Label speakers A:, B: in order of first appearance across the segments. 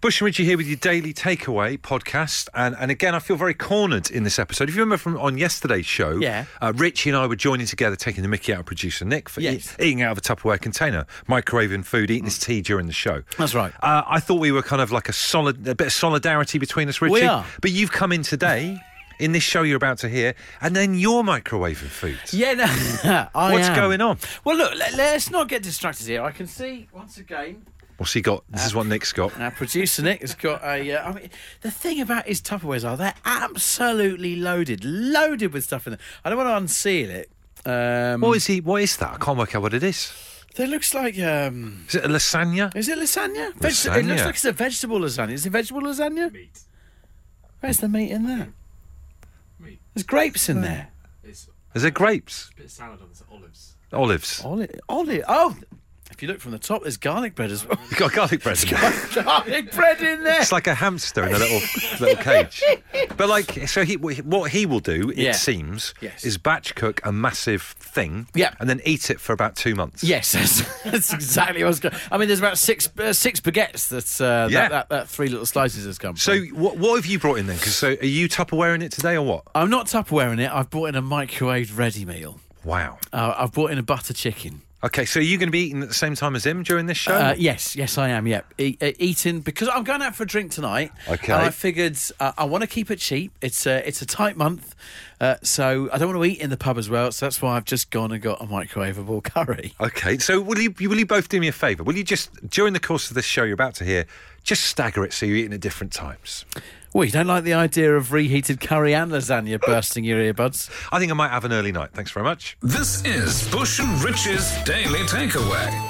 A: Bush and Richie here with your daily takeaway podcast. And, and again, I feel very cornered in this episode. If you remember from on yesterday's show,
B: Yeah.
A: uh, Richie and I were joining together, taking the mickey out of producer Nick for
B: Yes.
A: eat- eating out of a Tupperware container, microwaving food, eating his tea during the show.
B: That's right.
A: Uh, I thought we were kind of like a solid, a bit of solidarity between us, Richie.
B: are.
A: But you've come in today, in this show you're about to hear, and then you're microwaving food.
B: Yeah, no, I
A: What's
B: am.
A: going on?
B: Well, look, let, us not get distracted here. I can see once again
A: What's he got? This is what Nick's got.
B: our producer Nick has got a. Uh, I mean, the thing about his Tupperwares are they're absolutely loaded, loaded with stuff in there. I don't want to unseal it. Um,
A: What is he? What is that? I can't work out what it is.
B: there looks like um,
A: Is it a lasagna?
B: is it lasagna? Veg- It looks
A: Lasagna.
B: like it's a vegetable lasagna. Is it vegetable lasagna?
C: meat.
B: Where's the meat in there?
C: Meat.
B: There's grapes in there.
C: It's
A: Is it grapes?
C: a bit of salad on this, olives.
A: Olives?
B: Olive, olive. Oh, if you look from the top, there's garlic bread as well.
A: You got garlic bread. in there.
B: garlic bread in there.
A: It's like a hamster in a little little cage. But like, so he what he will do, it
B: Yeah.
A: seems,
B: Yes.
A: is batch cook a massive thing,
B: Yeah.
A: and then eat it for about two months.
B: Yes, that's, that's exactly what's going. I mean, there's about six uh, six baguettes that, uh,
A: Yeah.
B: that, that that three little slices has come.
A: So
B: from.
A: what what have you brought in then? 'Cause so are you Tupperwareing it today or what?
B: I'm not Tupperwareing it. I've brought in a microwave ready meal.
A: Wow.
B: Uh, I've brought in a butter chicken.
A: Okay, so are you going to be eating at the same time as him during this show?
B: Uh, yes, yes, I am. Yep, e- uh, eating because I'm going out for a drink tonight.
A: Okay.
B: and I figured uh, I want to keep it cheap. It's a it's a tight month, uh, so I don't want to eat in the pub as well. So that's why I've just gone and got a microwavable curry.
A: Okay, so will you will you both do me a favour? Will you just during the course of this show you're about to hear, just stagger it so you're eating at different times?
B: Well, you don't like the idea of reheated curry and lasagna bursting your earbuds.
A: I think I might have an early night. Thanks very much.
D: This is Bush and Rich's Daily Takeaway.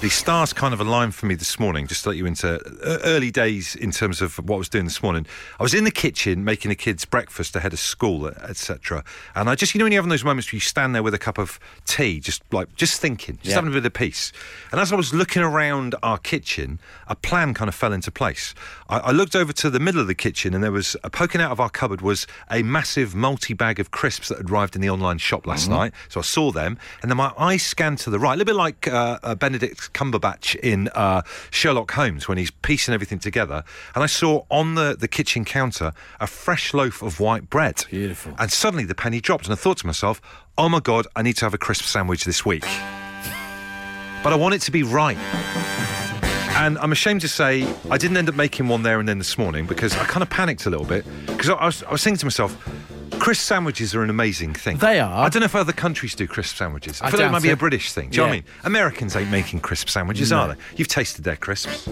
A: The stars kind of aligned for me this morning, just to let you into uh, early days in terms of what I was doing this morning. I was in the kitchen making the kids breakfast ahead of school, etc. And I just, you know, when you're having those moments where you stand there with a cup of tea, just like, just thinking, just
B: Yeah.
A: having a bit of peace. And as I was looking around our kitchen, a plan kind of fell into place. I, I looked over to the middle of the kitchen and there was, uh, poking out of our cupboard was a massive multi bag of crisps that had arrived in the online shop last night. So I saw them and then my eyes scanned to the right, a little bit like uh, uh, Benedict Cumberbatch in uh, Sherlock Holmes when he's piecing everything together. And I saw on the, the kitchen counter a fresh loaf of white bread.
B: Beautiful.
A: And suddenly the penny dropped and I thought to myself, oh my God, I need to have a crisp sandwich this week but I want it to be right. And I'm ashamed to say I didn't end up making one there and then this morning because I kind of panicked a little bit because I, I was, I was thinking to myself, crisp sandwiches are an amazing thing.
B: They are.
A: I don't know if other countries do crisp sandwiches. I,
B: I
A: feel like it
B: doubt
A: might be a
B: it.
A: British thing. Do you know what I
B: Yeah.
A: mean? Americans ain't making crisp sandwiches, are they? You've tasted their crisps.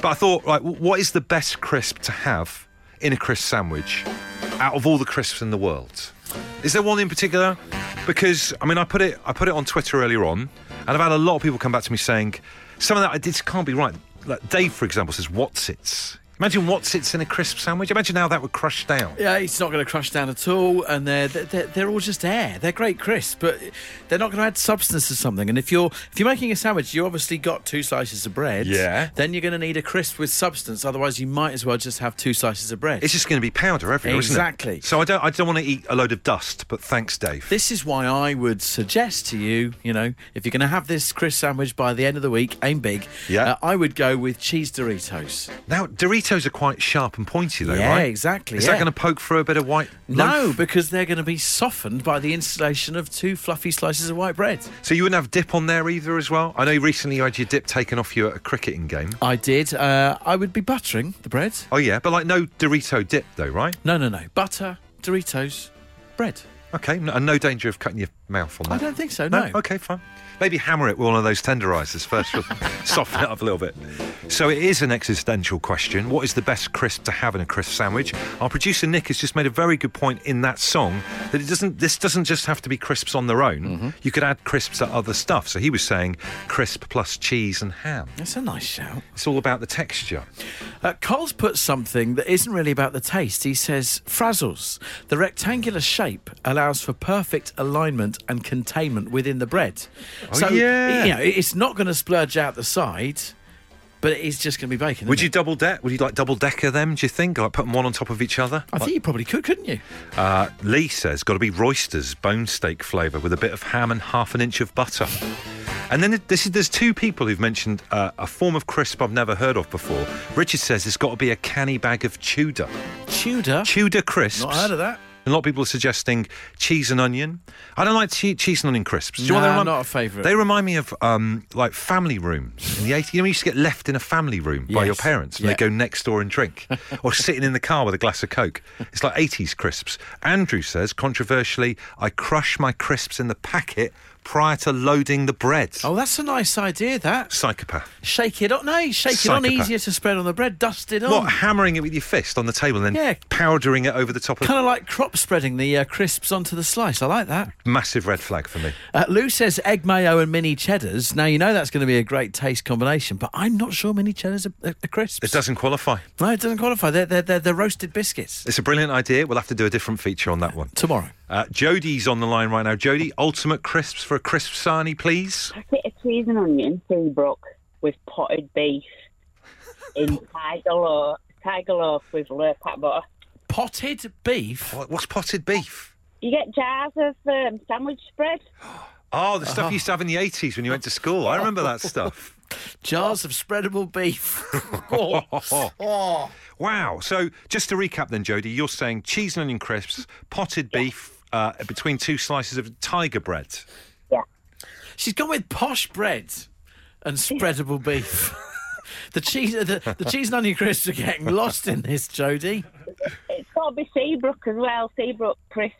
A: But I thought, right, w- what is the best crisp to have in a crisp sandwich out of all the crisps in the world? Is there one in particular? Because I mean, I put it, I put it on Twitter earlier on, and I've had a lot of people come back to me saying some of that this can't be right. Like Dave, for example, says Watsits. Imagine Watsits in a crisp sandwich. Imagine how that would crush down.
B: Yeah, it's not going to crush down at all, and they're they're, they're all just air. They're great crisp, but they're not going to add substance to something. And if you're if you're making a sandwich, you obviously got two slices of bread.
A: Yeah.
B: Then you're going to need a crisp with substance. Otherwise, you might as well just have two slices of bread.
A: It's just going to be powder everywhere, isn't
B: Exactly.
A: it? So I don't, I don't want to eat a load of dust. But thanks, Dave.
B: this is why I would suggest to you, you know, if you're going to have this crisp sandwich by the end of the week, aim big. Uh,
A: Yeah.
B: I would go with cheese Doritos.
A: Now, Doritos are quite sharp and pointy, though,
B: Yeah,
A: right?
B: exactly,
A: Is that
B: yeah.
A: going to poke through a bit of white?
B: No,
A: loaf?
B: because they're going to be softened by the insulation of two fluffy slices of white bread.
A: So you wouldn't have dip on there either, as well. I know recently you had your dip taken off you at a cricketing game.
B: I did. Uh, I would be buttering the bread.
A: Oh yeah, but like no Dorito dip, though, right?
B: No, no, no. Butter, Doritos, bread.
A: Okay, no, and no danger of cutting your mouth on
B: I
A: that.
B: don't think so. No.
A: Okay, fine. Maybe hammer it with one of those tenderizers first, we'll soften it up a little bit. So it is an existential question. What is the best crisp to have in a crisp sandwich? Our producer Nick has just made a very good point in that song that it doesn't. This doesn't just have to be crisps on their own. You could add crisps to other stuff. So he was saying crisp plus cheese and ham.
B: That's a nice shout.
A: It's all about the texture.
B: Uh, Coles put something that isn't really about the taste. He says, Frazzles. The rectangular shape allows for perfect alignment and containment within the bread.
A: Oh,
B: so,
A: yeah.
B: you know, it- it's not going to splurge out the side, but it is just going to be bacon.
A: Would
B: isn't
A: you
B: it?
A: double deck? Would you like double decker them? Do you think? Like put them one on top of each other?
B: I think you probably could, couldn't you?
A: Uh, Lee says, got to be Roysters, bone steak flavour with a bit of ham and half an inch of butter. And then this is, there's two people who've mentioned uh, a form of crisp I've never heard of before. Richard says it's got to be a canny bag of Tudor.
B: Tudor.
A: Tudor crisps.
B: Not heard of that.
A: A lot of people are suggesting cheese and onion. I don't like che- cheese and onion crisps. Do you know what
B: No,
A: they remind-
B: not a favourite.
A: They remind me of um, like family rooms in the 80s. You know, you used to get left in a family room by
B: Yes.
A: your parents and
B: Yeah.
A: they go next door and drink, or sitting in the car with a glass of Coke. It's like 80s crisps. Andrew says, controversially, I crush my crisps in the packet prior to loading the bread.
B: Oh, that's a nice idea. That
A: Psychopath.
B: shake it on. No, shake it on.
A: Psychopath.
B: Easier to spread on the bread. Dust it on.
A: What, hammering it with your fist on the table and then
B: Oh. Yeah.
A: powdering it over the top of
B: Kind of like crop spreading the uh, crisps onto the slice. I like that.
A: massive red flag for me.
B: Uh, Lou says egg mayo and mini cheddars. Now you know that's going to be a great taste combination, but I'm not sure mini cheddars are, are, are crisps.
A: It doesn't qualify.
B: No, it doesn't qualify. They're, they're, they're, they're roasted biscuits.
A: It's a brilliant idea. We'll have to do a different feature on that one.
B: Tomorrow.
A: Uh, Jodie's on the line right now. Jodie, ultimate crisps for a crisp sarnie, please.
E: packet of cheese and onion, Seabrook, with potted beef in tiger loaf, tiger loaf with low fat butter.
B: Potted beef.
A: What, what's potted beef?
E: You get jars of um, sandwich spread.
A: Oh, the stuff you used to have in the 80s when you went to school. I remember that stuff.
B: Jars of spreadable beef.
A: Wow. So, just to recap then, Jodie, you're saying cheese and onion crisps, potted beef uh, between two slices of tiger bread.
E: Yeah.
B: She's gone with posh bread and spreadable beef. The cheese, the, the cheese and onion crisps are getting lost in this, Jodie.
E: It's got to be Seabrook as well, Seabrook crisps.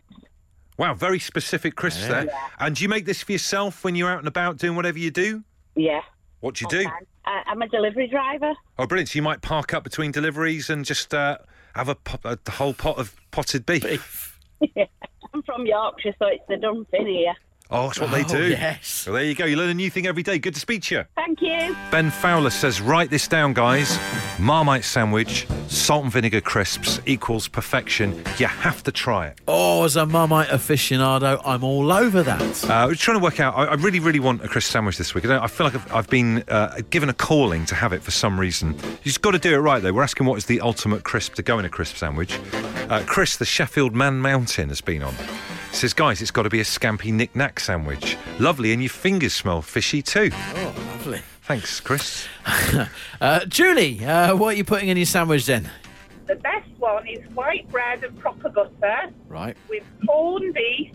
A: Wow, very specific crisps there. And do you make this for yourself when you're out and about doing whatever you do?
E: Yeah.
A: What do you do?
E: I, I'm a delivery driver.
A: Oh, brilliant. So, you might park up between deliveries and just uh, have a, po- a whole pot of potted beef.
B: Beef.
E: I'm from Yorkshire, so it's the dumping here.
A: Oh, that's what they
B: Oh,
A: do.
B: yes.
A: Well, there you go. You learn a new thing every day. Good to speak to you.
E: Thank you.
A: Ben Fowler says, write this down, guys. Marmite sandwich, salt and vinegar crisps equals perfection. You have to try it.
B: Oh, as a Marmite aficionado, I'm all over that.
A: Uh, I was trying to work out. I, I really, really want a crisp sandwich this week. I, don't, I feel like I've, I've been uh, given a calling to have it for some reason. You just got to do it right, though. We're asking what is the ultimate crisp to go in a crisp sandwich. Uh, Chris, the Sheffield Man Mountain, has been on. Says, guys, it's got to be a scampi knick-knack sandwich. Lovely, and your fingers smell fishy too.
B: Oh, lovely.
A: Thanks, Chris.
B: Uh, Julie, uh, what are you putting in your sandwich then?
F: The best one is white bread and proper butter
B: Right.
F: with corned beef,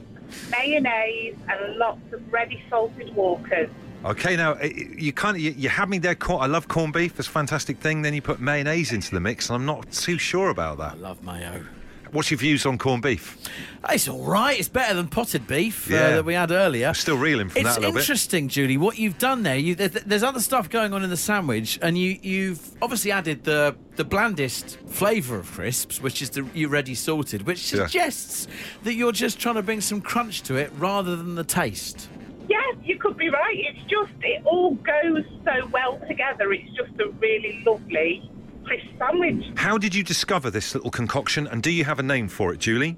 F: mayonnaise, and lots of ready salted Walkers.
A: Okay, now i- i- you kind of you, you had me there. Corn, I love corned beef. It's a fantastic thing. Then you put mayonnaise into the mix, and I'm not too sure about that.
B: Love mayo.
A: What's your views on corned beef?
B: It's all right. It's better than potted beef uh,
A: Yeah.
B: that we had earlier.
A: I'm still reeling from
B: It's
A: that a little bit.
B: interesting, Julie, what you've done there. You, there. There's other stuff going on in the sandwich, and you, you've obviously added the the blandest flavour of crisps, which is the you ready salted, which
A: Yeah.
B: suggests that you're just trying to bring some crunch to it rather than the taste.
F: Yes, you could be right. It's just, it all goes so well together. It's just a really lovely crisp sandwich.
A: How did you discover this little concoction, and do you have a name for it, Julie?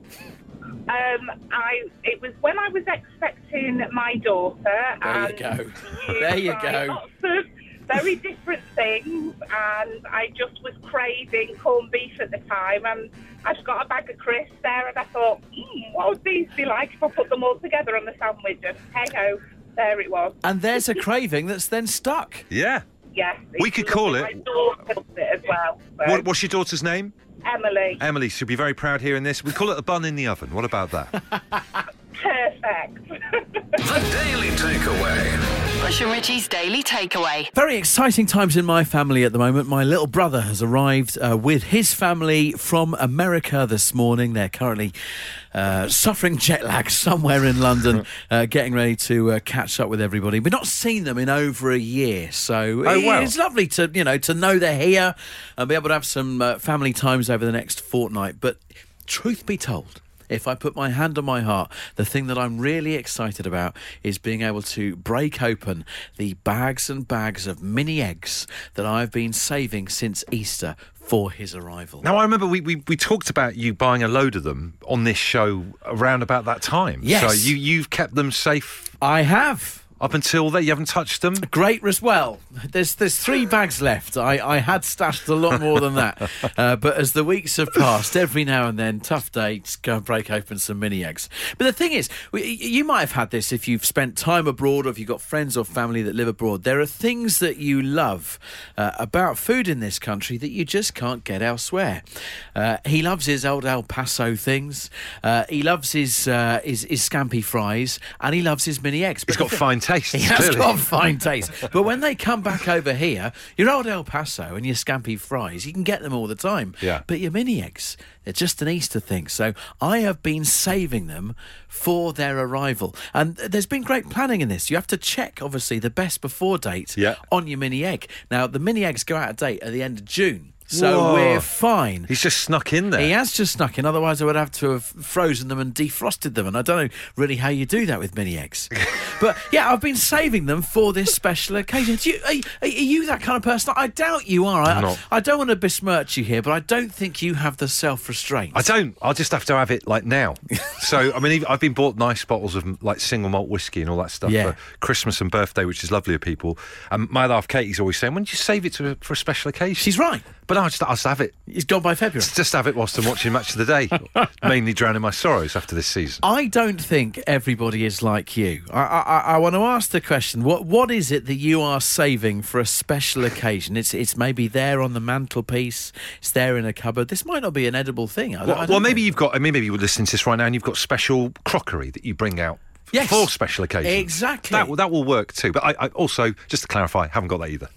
F: Um, I It was when I was expecting my daughter.
B: There you
F: and
B: go.
F: you
B: There you
F: try
B: go.
F: Lots of very different things, and I just was craving corned beef at the time, and I've got a bag of crisps there, and I thought, mm, what would these be like if I put them all together on the sandwich? And hey ho, there it was.
B: And there's a craving that's then stuck.
A: Yeah.
F: Yes,
A: We
F: it's
A: could call
F: lovely.
A: it-
F: My daughter loves it as well. So.
A: What, what's your daughter's name?
F: Emily,
A: Emily. She'll be very proud hearing this. We call it a bun in the oven. What about that?
F: perfect.
D: The Daily Takeaway.
G: Bush and Richie's Daily Takeaway.
B: Very exciting times in my family at the moment. My little brother has arrived uh, with his family from America this morning. They're currently uh, suffering jet lag somewhere in London, uh, getting ready to uh, catch up with everybody. We've not seen them in over a year, so
A: Oh, wow.
B: it's lovely to you know to know they're here and be able to have some uh, family times over the next fortnight. But truth be told. If I put my hand on my heart, the thing that I'm really excited about is being able to break open the bags and bags of mini eggs that I've been saving since Easter for his arrival.
A: now, I remember we, we, we talked about you buying a load of them on this show around about that time.
B: Yes.
A: So you, you've kept them safe
B: I have.
A: Up until there, you haven't touched them.
B: Great as well. There's there's three bags left. I, I had stashed a lot more than that, uh, but as the weeks have passed, every now and then, tough dates, go and break open some mini eggs. But the thing is, we, you might have had this if you've spent time abroad, or if you've got friends or family that live abroad. There are things that you love uh, about food in this country that you just can't get elsewhere. Uh, he loves his old El Paso things. Uh, he loves his, uh, his his scampi fries, and he loves his mini eggs.
A: He's
B: But
A: got
B: the-
A: fine taste.
B: he has
A: clearly.
B: got fine taste. But when they come back over here, your old El Paso and your scampi fries, you can get them all the time.
A: Yeah.
B: But your mini eggs, they're just an Easter thing. So I have been saving them for their arrival. And there's been great planning in this. You have to check, obviously, the best before date
A: Yeah.
B: on your mini egg. Now, the mini eggs go out of date at the end of June. So
A: Whoa.
B: we're fine.
A: He's just snuck in there.
B: He has just snuck in. Otherwise, I would have to have frozen them and defrosted them. And I don't know really how you do that with mini eggs. but yeah, I've been saving them for this special occasion. Do you, are, you- are you that kind of person? I doubt you are. I,
A: I'm not.
B: I don't want to besmirch you here, but I don't think you have the self restraint.
A: I don't. I'll just have to have it like now. so I mean, even- I've been bought nice bottles of like single malt whiskey and all that stuff
B: Yeah.
A: for Christmas and birthday, which is lovely of people. And my love, Katie's always saying, "When do you save it to, for a special occasion?"
B: She's right.
A: But I just, I'll just have it.
B: It's gone by February.
A: Just have it whilst I'm watching Match of the Day, mainly drowning my sorrows after this season.
B: I don't think everybody is like you. I, I, I- I want to ask the question: what What is it that you are saving for a special occasion? It's It's maybe there on the mantelpiece. It's there in a cupboard. This might not be an edible thing. I don't- I
A: Well,
B: don't
A: well, maybe
B: know.
A: you've got. I mean, maybe you're listening to this right now, and you've got special crockery that you bring out.
B: Yes.
A: For special occasions.
B: Exactly.
A: That, will- that will work too. But I, I also, just to clarify, haven't got that either.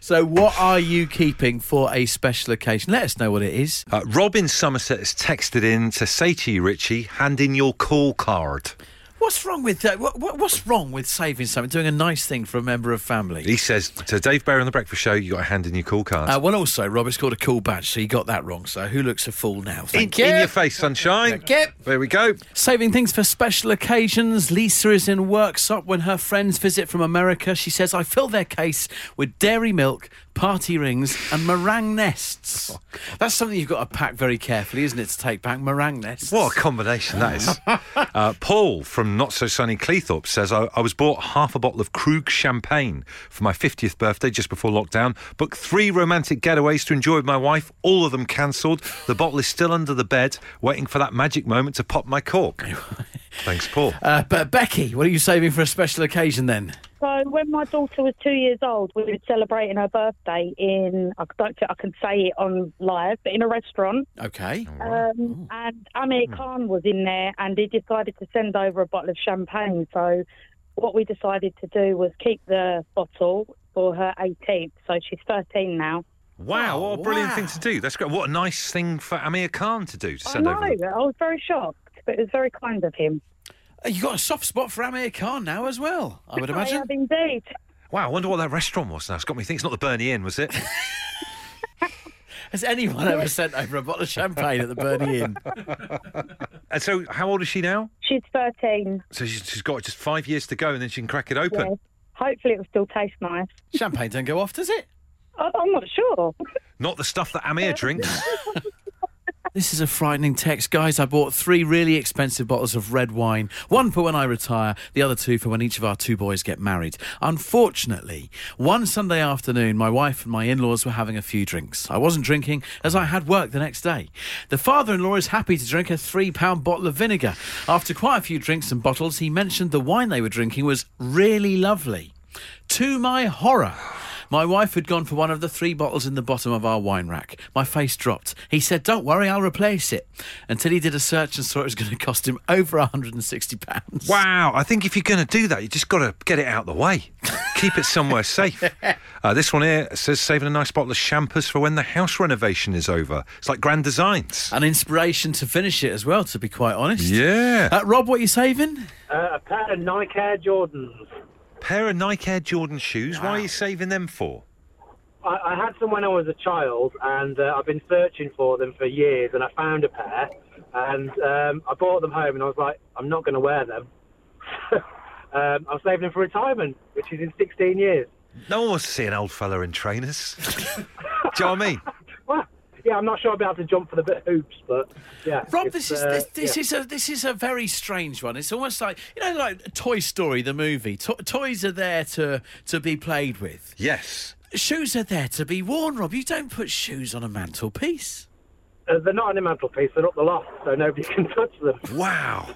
B: So, what are you keeping for a special occasion? Let us know what it is.
A: Uh, Robin Somerset has texted in to say to you, Richie, hand in your call card.
B: What's wrong with that? What, what, what's wrong with saving something, doing a nice thing for a member of family?
A: He says to Dave Bear on the Breakfast Show, you got to hand in your call card.
B: Uh, well, also, Rob, it's called a cool badge, so you got that wrong. So, who looks a fool now?
A: in,
B: Thank you.
A: in your face, sunshine.
B: Thank you.
A: There we go.
B: Saving things for special occasions. Lisa is in workshop when her friends visit from America. She says, I fill their case with dairy milk, party rings, and meringue nests. That's something you've got to pack very carefully, isn't it, to take back? Meringue nests.
A: What a combination that is. uh, Paul from Not So Sunny Cleethorpes says, I, I was bought half a bottle of Krug champagne for my 50th birthday just before lockdown. Booked three romantic getaways to enjoy with my wife, all of them cancelled. The bottle is still under the bed, waiting for that magic moment to pop my cork. Thanks, Paul.
B: Uh, but Becky, what are you saving for a special occasion then?
E: So when my daughter was two years old, we were celebrating her birthday in, I don't think I can say it on live, but in a restaurant.
B: Okay.
E: Um,
A: Oh.
E: and
A: Hmm.
E: Amir Khan was in there and he decided to send over a bottle of champagne. So what we decided to do was keep the bottle for her 18th. So she's 13 now. Oh,
A: Wow, what a brilliant thing
B: wow.
A: to do. That's great. What a nice thing for Amir Khan to do to
E: I
A: send
E: know,
A: over. the-
E: I was very shocked, but it was very kind of him.
B: Uh, You got a soft spot for Amir Khan now as well, I would
E: I
B: imagine.
E: have indeed.
A: Wow, I wonder what that restaurant was now. It's got me thinking it's not the Bernie Inn, was it?
B: Has anyone ever sent over a bottle of champagne at the Bernie Inn?
A: and so, how old is she now?
E: She's 13.
A: So she's, she's got just five years to go and then she can crack it open.
E: Yeah. Hopefully it will still taste nice.
B: Champagne don't go off, does it?
E: I- I'm not sure.
A: Not the stuff that Amir drinks.
B: This is a frightening text. Guys, I bought three really expensive bottles of red wine. One for when I retire, the other two for when each of our two boys get married. Unfortunately, one Sunday afternoon, my wife and my in laws were having a few drinks. I wasn't drinking as I had work the next day. The father in law is happy to drink a three pound bottle of vinegar. After quite a few drinks and bottles, he mentioned the wine they were drinking was really lovely. To my horror, my wife had gone for one of the three bottles in the bottom of our wine rack. My face dropped. He said, Don't worry, I'll replace it. Until he did a search and saw it was going to cost him over £160.
A: wow, I think if you're going to do that, you just got to get it out the way. Keep it somewhere safe. Uh, this one here says saving a nice bottle of champers for when the house renovation is over. It's like grand designs.
E: Uh,
B: An inspiration to finish it as well, to be quite honest.
A: Yeah.
B: Uh, Rob, what are you saving?
H: Uh, a pair of Nike Air Jordans.
A: pair of Nike Air Jordan shoes. Why are you saving them for?
H: I, I had some when I was a child, and uh, I've been searching for them for years, and I found a pair, and um, I bought them home, and I was like, I'm not going to wear them. um, I'm saving them for retirement, which is in 16 years.
A: No one wants to see an old fella in trainers. Do you know what I mean?
H: Well, yeah, yeah, I'm not sure I'll be able to jump for the bit of hoops, but yeah.
B: Rob,
H: it's,
B: this is
H: uh,
B: this, this
H: yeah.
B: is a this is a very strange one. It's almost like you know, like Toy Story, the movie. To- toys are there to to be played with.
A: Yes.
B: Shoes are there to be worn, Rob. You don't put shoes on a mantelpiece.
H: Uh, they're not on the mantelpiece; they're up the loft, so nobody can touch them.
A: Wow.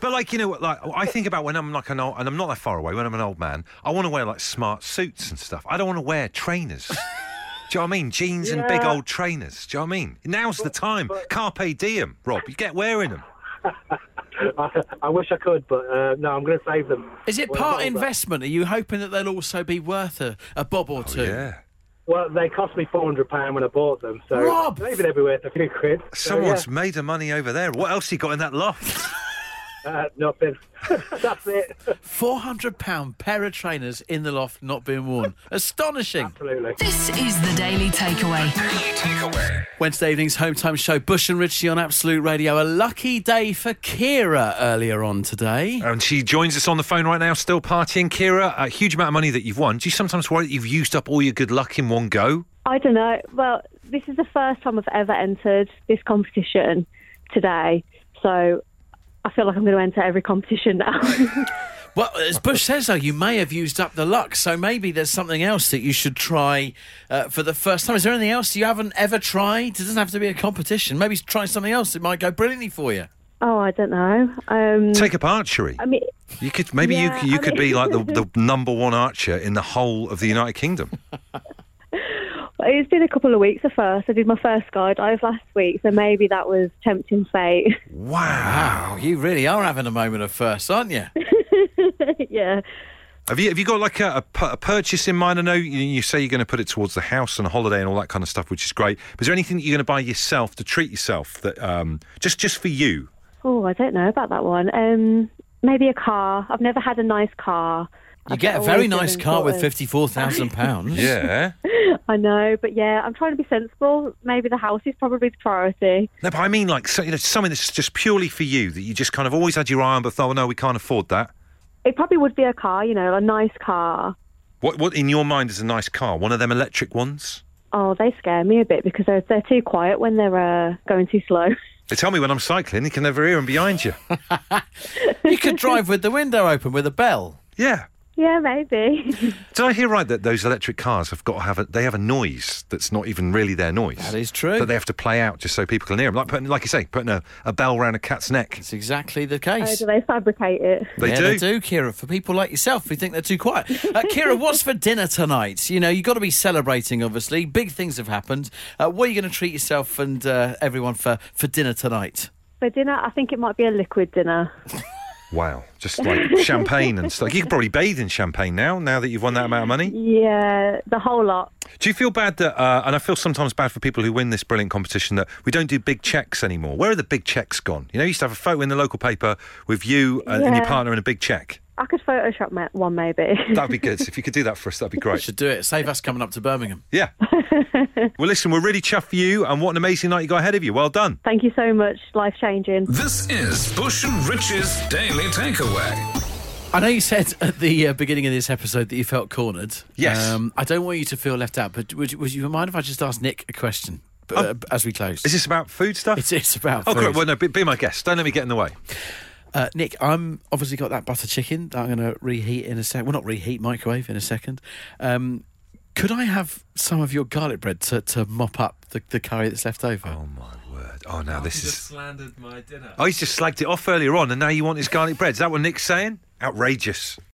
A: But like you know, like I think about when I'm like an old, and I'm not that far away. When I'm an old man, I want to wear like smart suits and stuff. I don't want to wear trainers. Do you know what I mean? Jeans and big
H: Yeah.
A: old trainers. Do you know what I mean? Now's the time. Carpe diem, Rob. You get wearing them.
H: I, I wish I could, but uh, no, I'm going to save them.
B: Is it
H: Well,
B: part
H: well,
B: investment? Are you hoping that they'll also be worth a, a bob or two?
A: Yeah.
H: Well, they cost me four hundred pound when I bought them, so
B: Rob!
H: maybe they'll be worth a few quid. So,
A: Someone's made a money over there. What else you got in that loft?
H: yeah, uh, nothing. That's it.
B: Four hundred pound pair of trainers in the loft not being worn. Astonishing.
H: Absolutely.
G: This is the Daily Takeaway.
D: Daily Takeaway.
B: Wednesday evening's home time show, Bush and Richie on Absolute Radio. A lucky day for Kira earlier on today.
A: and she joins us on the phone right now, still partying. Kira, a huge amount of money that you've won. Do you sometimes worry that you've used up all your good luck in one go?
I: I don't know. Well, this is the first time I've ever entered this competition today, so I feel like I'm going to enter every competition now.
B: Well, as Bush says, though, you may have used up the luck, so maybe there's something else that you should try uh, for the first time. Is there anything else you haven't ever tried? It doesn't have to be a competition. Maybe try something else. It might go brilliantly for you.
I: oh, I don't know. Um,
A: Take up archery.
I: I mean,
A: You could maybe
I: Yeah,
A: you you
I: I
A: could
I: mean-
A: be like the, the number one archer in the whole of the United Kingdom.
I: it's been a couple of weeks at first. I did my first skydive last week, so maybe that was tempting fate.
A: Wow.
B: Oh, you really are having a moment of first, aren't you?
I: yeah.
A: Have you have you got like a, a, pu- a purchase in mind? I know you, you say you're going to put it towards the house and a holiday and all that kind of stuff, which is great. But is there anything that you're going to buy yourself to treat yourself that um, just just for you?
I: Oh, I don't know about that one. Um, maybe a car. I've never had a nice car.
B: You
I: I've
B: get a
I: always
B: very nice
I: driven
B: car
I: sort
B: with
I: of-
B: fifty-four thousand pounds.
A: Yeah.
I: I know, but yeah, I'm trying to be sensible. Maybe the house is probably the priority.
A: no, but I mean like so, you know something that's just purely for you that you just kind of always had your eye on, but thought, oh, no, we can't afford that.
I: It probably would be a car, you know, a nice car.
A: What what in your mind is a nice car? One of them electric ones?
I: Oh, they scare me a bit because they're, they're too quiet when they're uh, going too slow.
A: They tell me when I'm cycling, you can never hear them behind you.
B: You could drive with the window open with a bell.
A: Yeah.
I: yeah, maybe.
A: Did I hear right that those electric cars have got to have a, they have a noise that's not even really their noise?
B: That is true.
A: That they have to play out just so people can hear them. Like putting, like you say, putting a, a bell round a cat's neck.
B: It's exactly the
I: oh,
B: case.
I: do they fabricate it?
A: They
B: yeah,
A: do.
B: they do, Kira. For people like yourself who think they're too quiet, uh, Kira, what's for dinner tonight? You know, you've got to be celebrating. Obviously, big things have happened. Uh, what are you going to treat yourself and uh, everyone for for dinner tonight?
I: For dinner, I think it might be a liquid dinner.
A: Wow. Just like champagne and stuff. You could probably bathe in champagne now, now that you've won that amount of money.
I: Yeah, the whole lot.
A: Do you feel bad that, uh, and I feel sometimes bad for people who win this brilliant competition, that we don't do big checks anymore? Where are the big checks gone? You know, you used to have a photo in the local paper with you and, and your
I: Yeah.
A: partner and a big check.
I: I could Photoshop ma- one maybe.
A: That'd be good. if you could do that for us, that'd be great.
B: Should do it. Save us coming up to Birmingham.
A: Yeah. well, listen, we're really chuffed for you, and what an amazing night you got ahead of you. Well done.
I: Thank you so much. Life changing.
D: This is Bush and Rich's Daily Takeaway.
B: I know you said at the uh, beginning of this episode that you felt cornered. Um,
A: Yes.
B: I don't want you to feel left out, but would you, would you mind if I just ask Nick a question uh, as we close?
A: Oh. Is this about food stuff?
B: it's, it's about
A: oh, great.
B: food.
A: Well, no, be, be my guest. Don't let me get in the way.
B: Uh, Nick, I'm obviously got that butter chicken that I'm going to reheat in a sec. Well, not reheat, microwave in a second. Um, could I have some of your garlic bread to, to mop up the, the curry that's left over?
A: Oh, my word. Oh, now this
C: You just
A: is.
C: slandered my dinner.
A: Oh, he's just slagged it off earlier on, and now you want his garlic bread. Is that what Nick's saying? Outrageous.